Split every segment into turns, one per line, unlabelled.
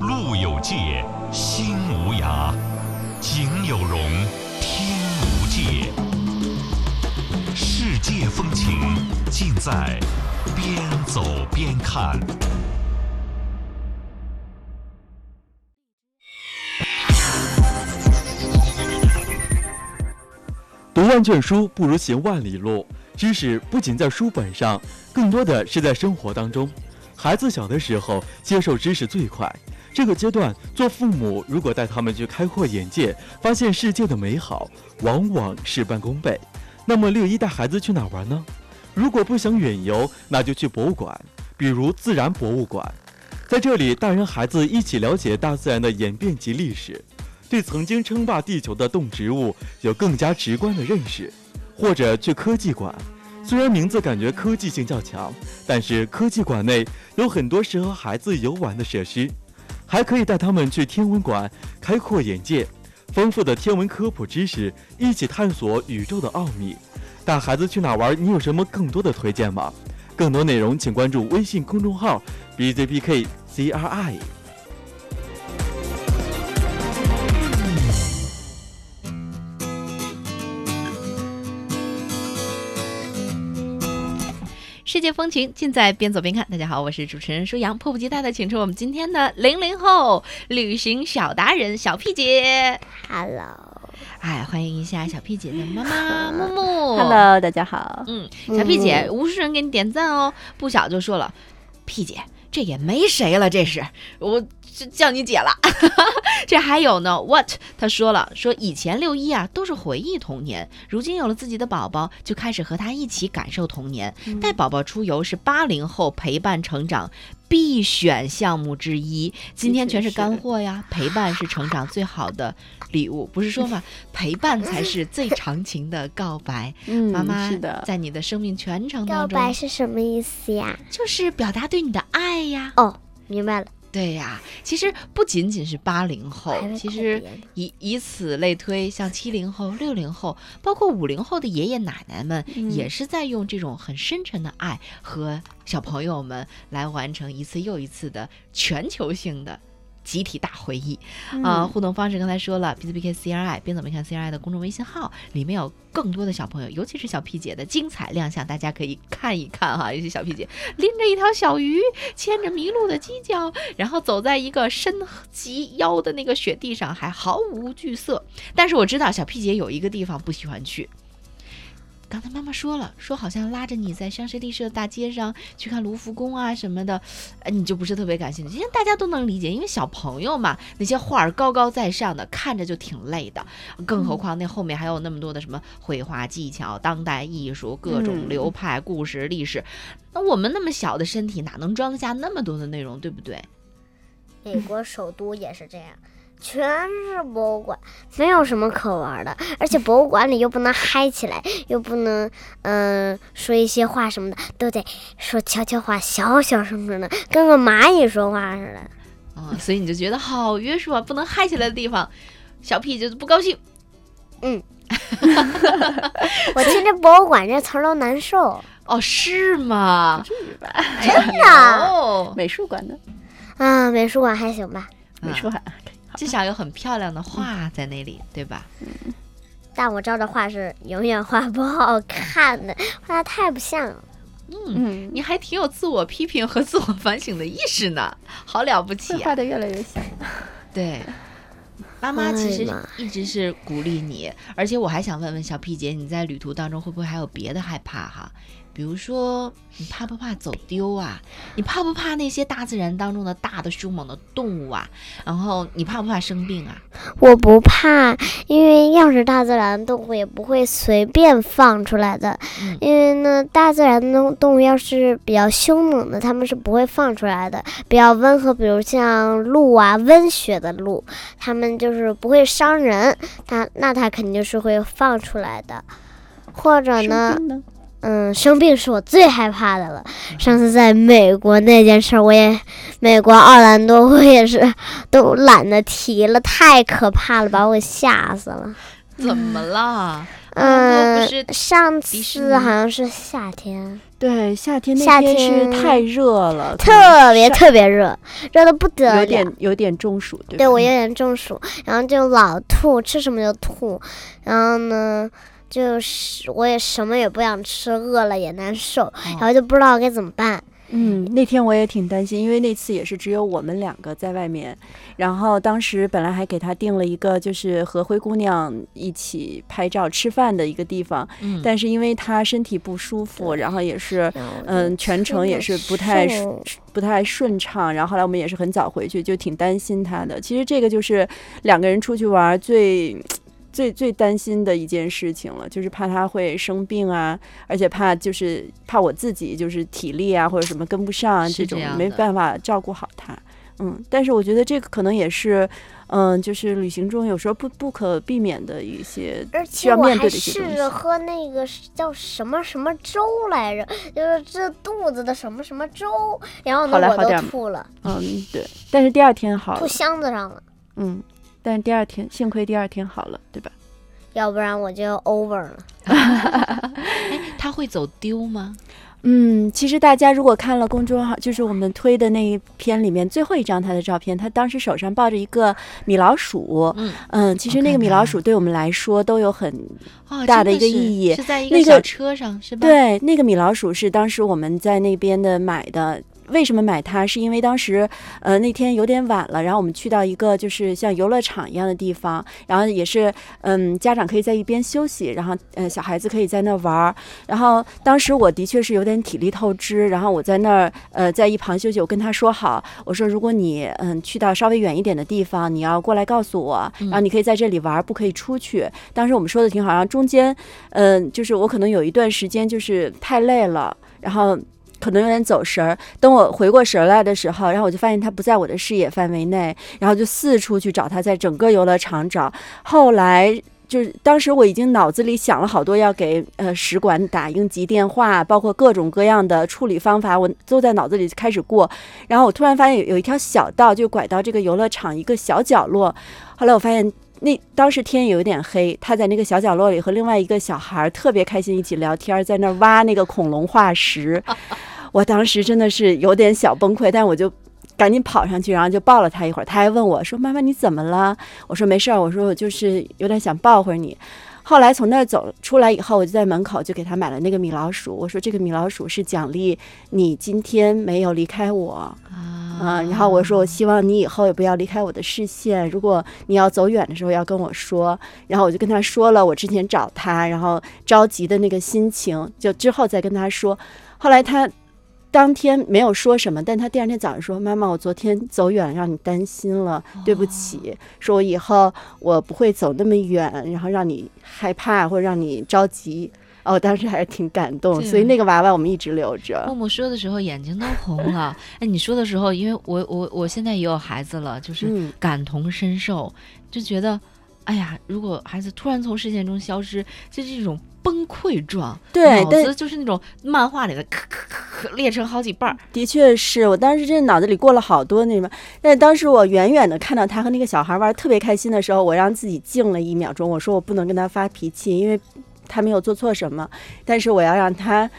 五界，心无涯；景有容，天无界。世界风情尽在边走边看。
读万卷书不如行万里路。知识不仅在书本上，更多的是在生活当中。孩子小的时候接受知识最快，这个阶段做父母如果带他们去开阔眼界，发现世界的美好，往往事半功倍。那么六一带孩子去哪儿玩呢？如果不想远游，那就去博物馆，比如自然博物馆。在这里，大人孩子一起了解大自然的演变及历史，对曾经称霸地球的动植物有更加直观的认识。或者去科技馆，虽然名字感觉科技性较强，但是科技馆内有很多适合孩子游玩的设施，还可以带他们去天文馆，开阔眼界，丰富的天文科普知识，一起探索宇宙的奥秘。带孩子去哪玩？你有什么更多的推荐吗？更多内容请关注微信公众号 bjpkcri。
世界风情尽在边走边看。大家好，我是主持人舒阳，迫不及待的请出我们今天的零零后旅行小达人小 P 姐。
Hello，
哎，欢迎一下小 P 姐的妈妈木木。
Hello，大家好。
嗯，小 P 姐，无数人给你点赞哦。不小就说了，P 姐，这也没谁了，这是我这叫你姐了。 这还有呢，What？他说了，说以前六一啊都是回忆童年，如今有了自己的宝宝，就开始和他一起感受童年。带宝宝出游是八零后陪伴成长。必选项目之一，今天全是干货呀！陪伴是成长最好的礼物，不是说 嘛，陪伴才是最长情的告白。
嗯
妈妈
是的，
在你的生命全程
告
当
白
中，
是什么意思呀？
就是表达对你的爱呀。
哦，明白了。
对呀，其实不仅仅是八零后
还，会
其
扣
实
别人
以以此类推，像七零后、六零后，包括五零后的爷爷奶奶们，
嗯
也是在用这种很深沉的爱和小朋友们来完成一次又一次的全球性的。集体大回忆
嗯
嗯
啊、互动方式刚才说了，B C B K C R I 边走边看 C R I 的公众微信号里面有更多的小朋友，尤其是小 P 姐的精彩亮相，大家可以看一看哈。尤其小 P 姐拎着一条小鱼，牵着麋鹿的犄角，然后走在一个深及腰的那个雪地上，还毫无惧色。但是我知道小 P 姐有一个地方不喜欢去。刚才妈妈说了，说好像拉着你在香榭丽舍大街上去看卢浮宫啊什么的，呃，你就不是特别感兴趣。其实大家都能理解，因为小朋友嘛，那些画儿高高在上的，看着就挺累的，更何况那后面还有那么多的什么绘画技巧、当代艺术、各种
嗯
流派、故事、历史。那我们那么小的身体，哪能装得下那么多的内容，对不对？
美国首都也是这样，全是博物馆，没有什么可玩的。而且博物馆里又不能嗨起来， 又不能嗯、呃说一些话什么的，都得说悄悄话，小小声声的，跟个蚂蚁说话似的。
啊、所以你就觉得好约束啊，不能嗨起来的地方，小屁就不高兴。
我听着“博物馆”这词儿都难受。
哦，是吗？
至于吧？
真的、哦
啊美术馆呢？
啊，美术馆还行吧，
美术馆
至少有很漂
嗯
亮的画在那里，对吧？
但我照的画是永远画不好看的，画的太不像了。
嗯，
嗯，
你还挺有自我批评和自我反省的意识呢，好了不起
会
啊！
画的越来越像。
对，妈妈其
哎
实
呀妈
一直是鼓励你，而且我还想问问小 P 姐，你在旅途当中会不会还有别的害怕哈？比如说，你怕不怕走丢啊？你怕不怕那些大自然当中的大的凶猛的动物啊？然后你怕不怕生病啊？
我不怕，因为要是大自然动物也不会随便放出来的，
嗯
因为呢，大自然动动物要是比较凶猛的，它们是不会放出来的。比较温和，比如像鹿啊，温血的鹿，它们就是不会伤人，它那它肯定是会放出来的。或者呢
生，病呢？
嗯，生病是我最害怕的了。上次在美国那件事儿，我也美国奥兰多，我也是都懒得提了，太可怕了，把我给吓死了。
怎么了？多不
嗯
是，
上
迪士
次好
尼
像是夏天，
对，夏天
夏
那天是
天
太热了，可能
特别
晒
特别热，热的不得
有
了。
点有点中暑，对吧？
对我有点中暑，然后就老吐，吃什么就吐，然后呢，就是我也什么也不想吃，饿了也难受，然后就不知道该怎么办。
嗯，那天我也挺担心，因为那次也是只有我们两个在外面，然后当时本来还给他定了一个就是和灰姑娘一起拍照吃饭的一个地方，
嗯，
但是因为他身体不舒服，然后也是
然后我就
嗯全程也
难
是不太
受
不太顺畅，然后后来我们也是很早回去，就挺担心他的。其实这个就是两个人出去玩儿最。最最担心的一件事情了，就是怕他会生病啊，而且怕就是怕我自己就是体力啊或者什么跟不上啊，
是这
种
样
没
的
办法照顾好他。嗯，但是我觉得这个可能也是，嗯，就是旅行中有时候不不可避免的一些，
而
需
且
要
我
面
还
对的一些东
试
西
着。喝那个是叫什么什么粥来着，就是治肚子的什么什么粥，然后呢
后来
我
好
都
点儿吗
吐了，
嗯，对。但是第二天好
吐
了，
箱子上了，
嗯，但是第二天幸亏第二天好了，对吧？
要不然我就 over 了。
哎，他会走丢吗？
嗯，其实大家如果看了公众号，就是我们推的那一篇里面最后一张他的照片，他当时手上抱着一个米老鼠。
嗯，
嗯，其实
我
那个
看啊
米
到
老
了
鼠对我们来说都有很
哦，
大
真
的一个
是
意义
是在一
那
个
个
小车上是吧？，
对，那个米老鼠是当时我们在那边的买的。为什么买它？是因为当时，呃，那天有点晚了，然后我们去到一个就是像游乐场一样的地方，然后也是，嗯，家长可以在一边休息，然后，呃，小孩子可以在那玩儿。然后当时我的确是有点体力透支，然后我在那儿，呃，在一旁休息。我跟他说好，我说如果你，嗯，去到稍微远一点的地方，你要过来告诉我，
嗯
然后你可以在这里玩儿，不可以出去。当时我们说的挺好，然后中间嗯，就是我可能有一段时间就是太累了，然后可能有点走神儿。等我回过神儿来的时候，然后我就发现他不在我的视野范围内，然后就四处去找他，在整个游乐场找。后来。就是当时我已经脑子里想了好多要给呃使馆打应急电话，包括各种各样的处理方法，我都在脑子里开始过。然后我突然发现有有一条小道，就拐到这个游乐场一个小角落。后来我发现那当时天也有点黑，他在那个小角落里和另外一个小孩儿特别开心一起聊天儿，在那儿挖那个恐龙化石。我当时真的是有点小崩溃，但我就。赶紧跑上去，然后就抱了他一会儿。他还问我说：“妈妈，你怎么了？”我说：“没事儿。”我说：“我就是有点想抱会儿你。”后来从那儿走出来以后，我就在门口就给他买了那个米老鼠。我说：“这个米老鼠是奖励你今天没有离开我。”
啊
啊，然后我说，我希望你以后也不要离开我的视线。如果你要走远的时候，要跟我说。然后我就跟他说了我之前找他，然后着急的那个心情，就之后再跟他说。后来他当天没有说什么，但他第二天早上说：“妈妈，我昨天走远了让你担心了，对不起。说我以后我不会走那么远，然后让你害怕或者让你着急。”哦，我当时还是挺感动，所以
对
那个娃娃我们一直留着。
木木说的时候眼睛都红了。哎，你说的时候，因为我我我现在也有孩子了，就是
嗯
感同身受，就觉得，哎呀，如果孩子突然从视线中消失，就是一种崩溃状，
对
脑
但
子就是那种漫画里的咔咔咔咔裂成好几半儿。
的确是我当时真的脑子里过了好多那什么，但是当时我远远的看到他和那个小孩玩得特别开心的时候，我让自己静了一秒钟，我说我不能跟他发脾气，因为他没有做错什么，但是我要让他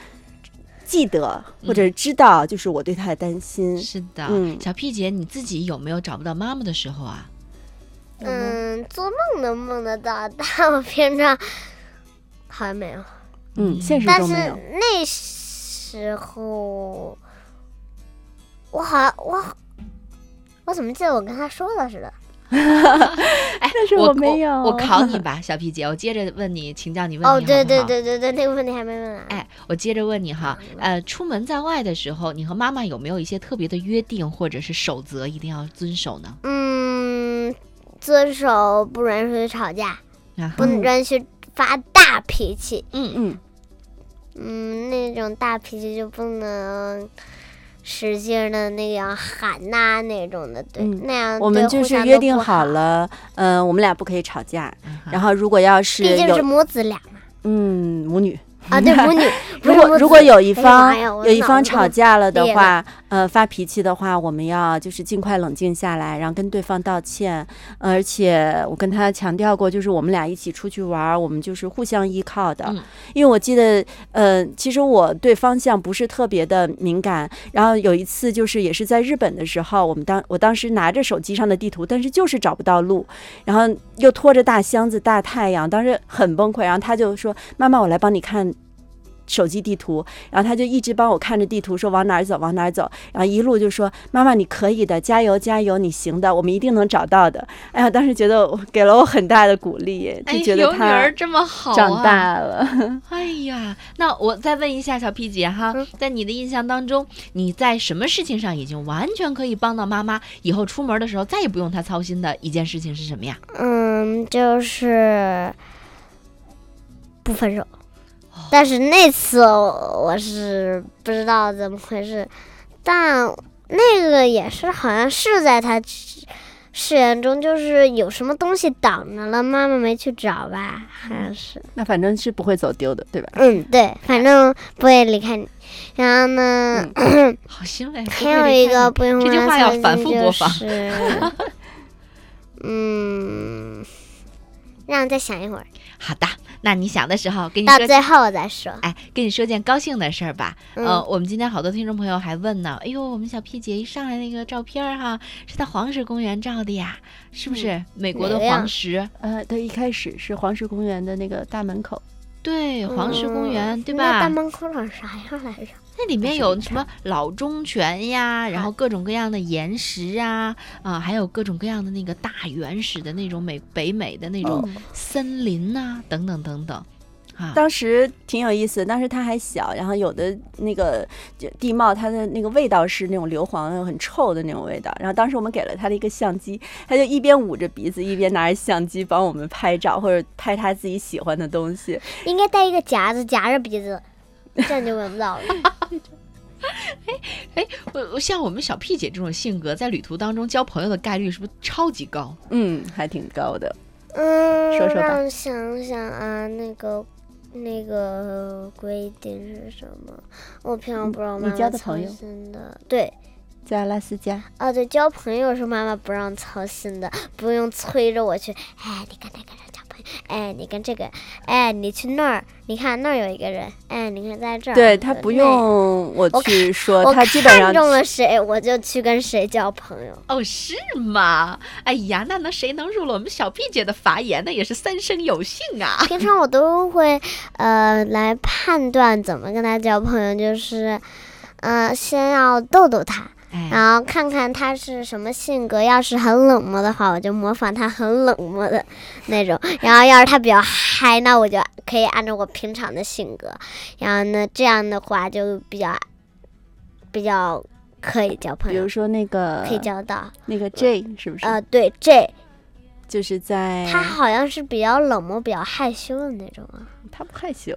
记得或者知道，就是我对他的担心。
是的，
嗯
小屁姐，你自己有没有找不到妈妈的时候啊？
嗯，做梦能梦得到， 但我平常好像没有。
嗯，现实
但
中
是
没有。
那时候，我好像我我怎么记得我跟他说了似的？
哎，
但是
我
我没有
我考你吧，小屁姐，我接着问你，请教你问题
哦，对
好不
对
好
对对对，那个问题还没问完。
哎，我接着问你哈，
嗯
呃，出门在外的时候，你和妈妈有没有一些特别的约定或者是守则一定要遵守呢？
嗯，遵守不允许吵架，
啊
不
哈，
允许发大脾气。
嗯，
嗯，
嗯，那种大脾气就不能。使劲的那样喊呐、那种的，对，
嗯
那样
我们
对
就
互
是
相
约
都
定
不
好
好，
了，嗯、我们俩不可以吵架。
啊哈
然后如果要是
嗯毕竟是
有
母子俩嘛。
嗯母女，
啊， 对母女。不
如
是
果
母
如
子
果有一
哎呀
方
妈呀我
有一
脑
方
子
吵
都
架了的
裂
话，呃，发脾气的话，我们要就是尽快冷静下来，然后跟对方道歉。呃而且我跟他强调过，就是我们俩一起出去玩儿，我们就是互相依靠的。
嗯
因为我记得，呃，其实我对方向不是特别的敏感。然后有一次就是也是在日本的时候，我们当我当时拿着手机上的地图，但是就是找不到路，然后又拖着大箱子、大太阳，当时很崩溃。然后他就说：“妈妈，我来帮你看。”手机地图，然后他就一直帮我看着地图，说往哪儿走，往哪儿走，然后一路就说：“妈妈，你可以的，加油，加油，你行的，我们一定能找到的。”哎呀，当时觉得我给了我很大的鼓励，
哎，
就觉得
有女
他
儿这么好、啊，
长大了。
哎呀，那我再问一下小 P 姐哈，
嗯
在你的印象当中，你在什么事情上已经完全可以帮到妈妈，以后出门的时候再也不用她操心的一件事情是什么呀？
嗯，就是不分手。
哦
但是那次我我是不知道怎么回事，但那个也是好像是在他誓誓言中，就是有什么东西挡着了，妈妈没去找吧，好像是。
那反正是不会走丢的，对吧？
嗯，对，反正不会离开你。然后呢，
嗯好欣慰。
还有一个不用
这句
问
话
的
要
餐
反
厅
复
就
播放
是嗯，让我再想一会儿，
好的，那你想的时候跟你
到
说。
最后我再说。
哎，跟你说件高兴的事儿吧。
嗯
哦
呃，我们今天好多听众朋友还问呢，哎呦，我们小 P 姐一上来那个照片儿哈，是在黄石公园照的呀，是不是？美国的
嗯哪个呀
黄石，
呃，他一开始是黄石公园的那个大门口，
对，黄石公园，
嗯
对
那
吧？
大门口长啥样来着？
那里面有什么老中泉呀，然后各种各样的岩石啊，啊、还有各种各样的那个大原始的那种美北美的那种
嗯
森林呐、等等等等，啊，
当时挺有意思。当时它还小，然后有的那个就地貌，它的那个味道是那种硫磺很臭的那种味道。然后当时我们给了他的一个相机，他就一边捂着鼻子，一边拿着相机帮我们拍照，或者拍他自己喜欢的东西。
应该带一个夹子夹着鼻子，这样就闻不 到了。
我我像我们小 P 姐这种性格，在旅途当中交朋友的概率是不是超级高？
嗯，还挺高的。
嗯，
说说吧
让我想想啊，那个那个规定是什么？我平常不让
你
妈妈
交的
操
朋友
心的。对，
在阿拉斯加，
哦，对，交朋友是妈妈不让操心的，不用催着我去。哎，你跟那个人交朋友，哎，你跟这个，哎，你去那儿，你看那儿有一个人，哎，你看在这儿。
对他不
那
用我
我
去说，
我
他基本
看
上
中了谁，我就去跟谁交朋友。
哦，是吗？哎呀，那能谁能入了我们小 P 姐的法眼，那也是三生有幸啊！
平常我都会呃来判断怎么跟他交朋友，就是呃先要逗逗他，
啊
哎，
然后看看他是什么性格，要是很冷漠的话，我就模仿他很冷漠的那种；然后要是他比较嗨，那我就可以按照我平常的性格。然后呢，这样的话就比较比较可以交朋
比如
友，
说那个
可以交到。
那个 J 是不是？
呃，对，这
就是在
他好像是比较冷漠、比较害羞的那种啊。
他不害羞。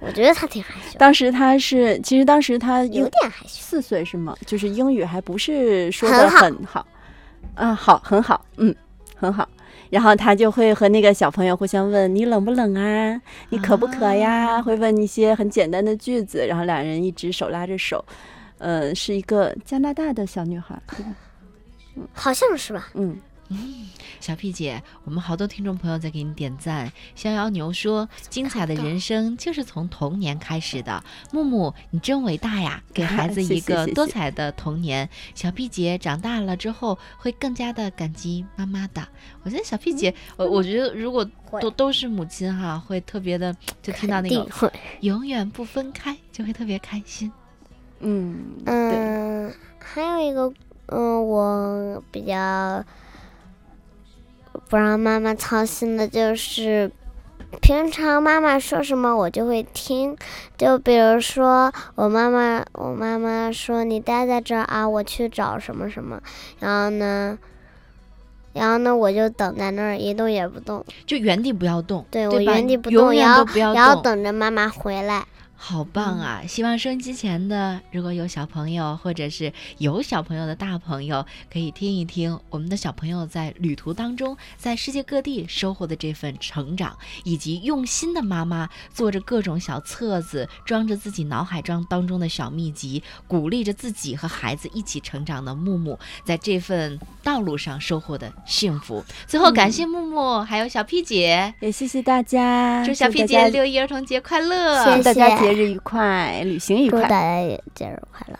我觉得他挺害羞，
当时他是，其实当时他
有
有
点害羞。
四岁是吗？就是英语还不是说的很好，啊，好，很好，嗯，很好。然后他就会和那个小朋友互相问你冷不冷啊，你渴不渴呀？
啊
会问一些很简单的句子，然后两人一直手拉着手。呃，是一个加拿大的小女孩，对吧
好像是吧？
嗯，
小 P 姐，我们好多听众朋友在给你点赞。逍遥牛说：“精彩的人生就是从童年开始的。”木木，你真伟大呀，给孩子
谢
一
谢
个
谢
多
谢
彩的童年。小 P 姐长大了之后会更加的感激妈妈的。我觉得小 P
嗯
姐，我我觉得如果
会
都都是母亲哈，会特别的，就听到那
肯
个
定会。
永远不分开，就会特别开心。
嗯，对，
嗯，还有一个，嗯，我比较不让妈妈操心的就是，平常妈妈说什么我就会听，就比如说我妈妈，我妈妈说你待在这儿啊，我去找什么什么，然后呢。然后呢，我就等在那儿一动也不动，
就原地不要动，
对
对
我
吧
原地不
永
动
远
也嗯
都不要
然后
动。
等着妈妈回来。
好棒啊！希望收音机前的如果有小朋友，或者是有小朋友的大朋友，可以听一听我们的小朋友在旅途当中，在世界各地收获的这份成长，以及用心的妈妈做着各种小册子，装着自己脑海中当中的小秘籍，鼓励着自己和孩子一起成长的木木，在这份道路上收获的幸福。最后，
嗯
感谢木木，还有小 P 姐，
也谢谢大家，
祝小 P
大
姐
家
六一儿童节快乐！
谢
祝大家节日愉快，旅行愉
祝
快
大。家也节日快乐。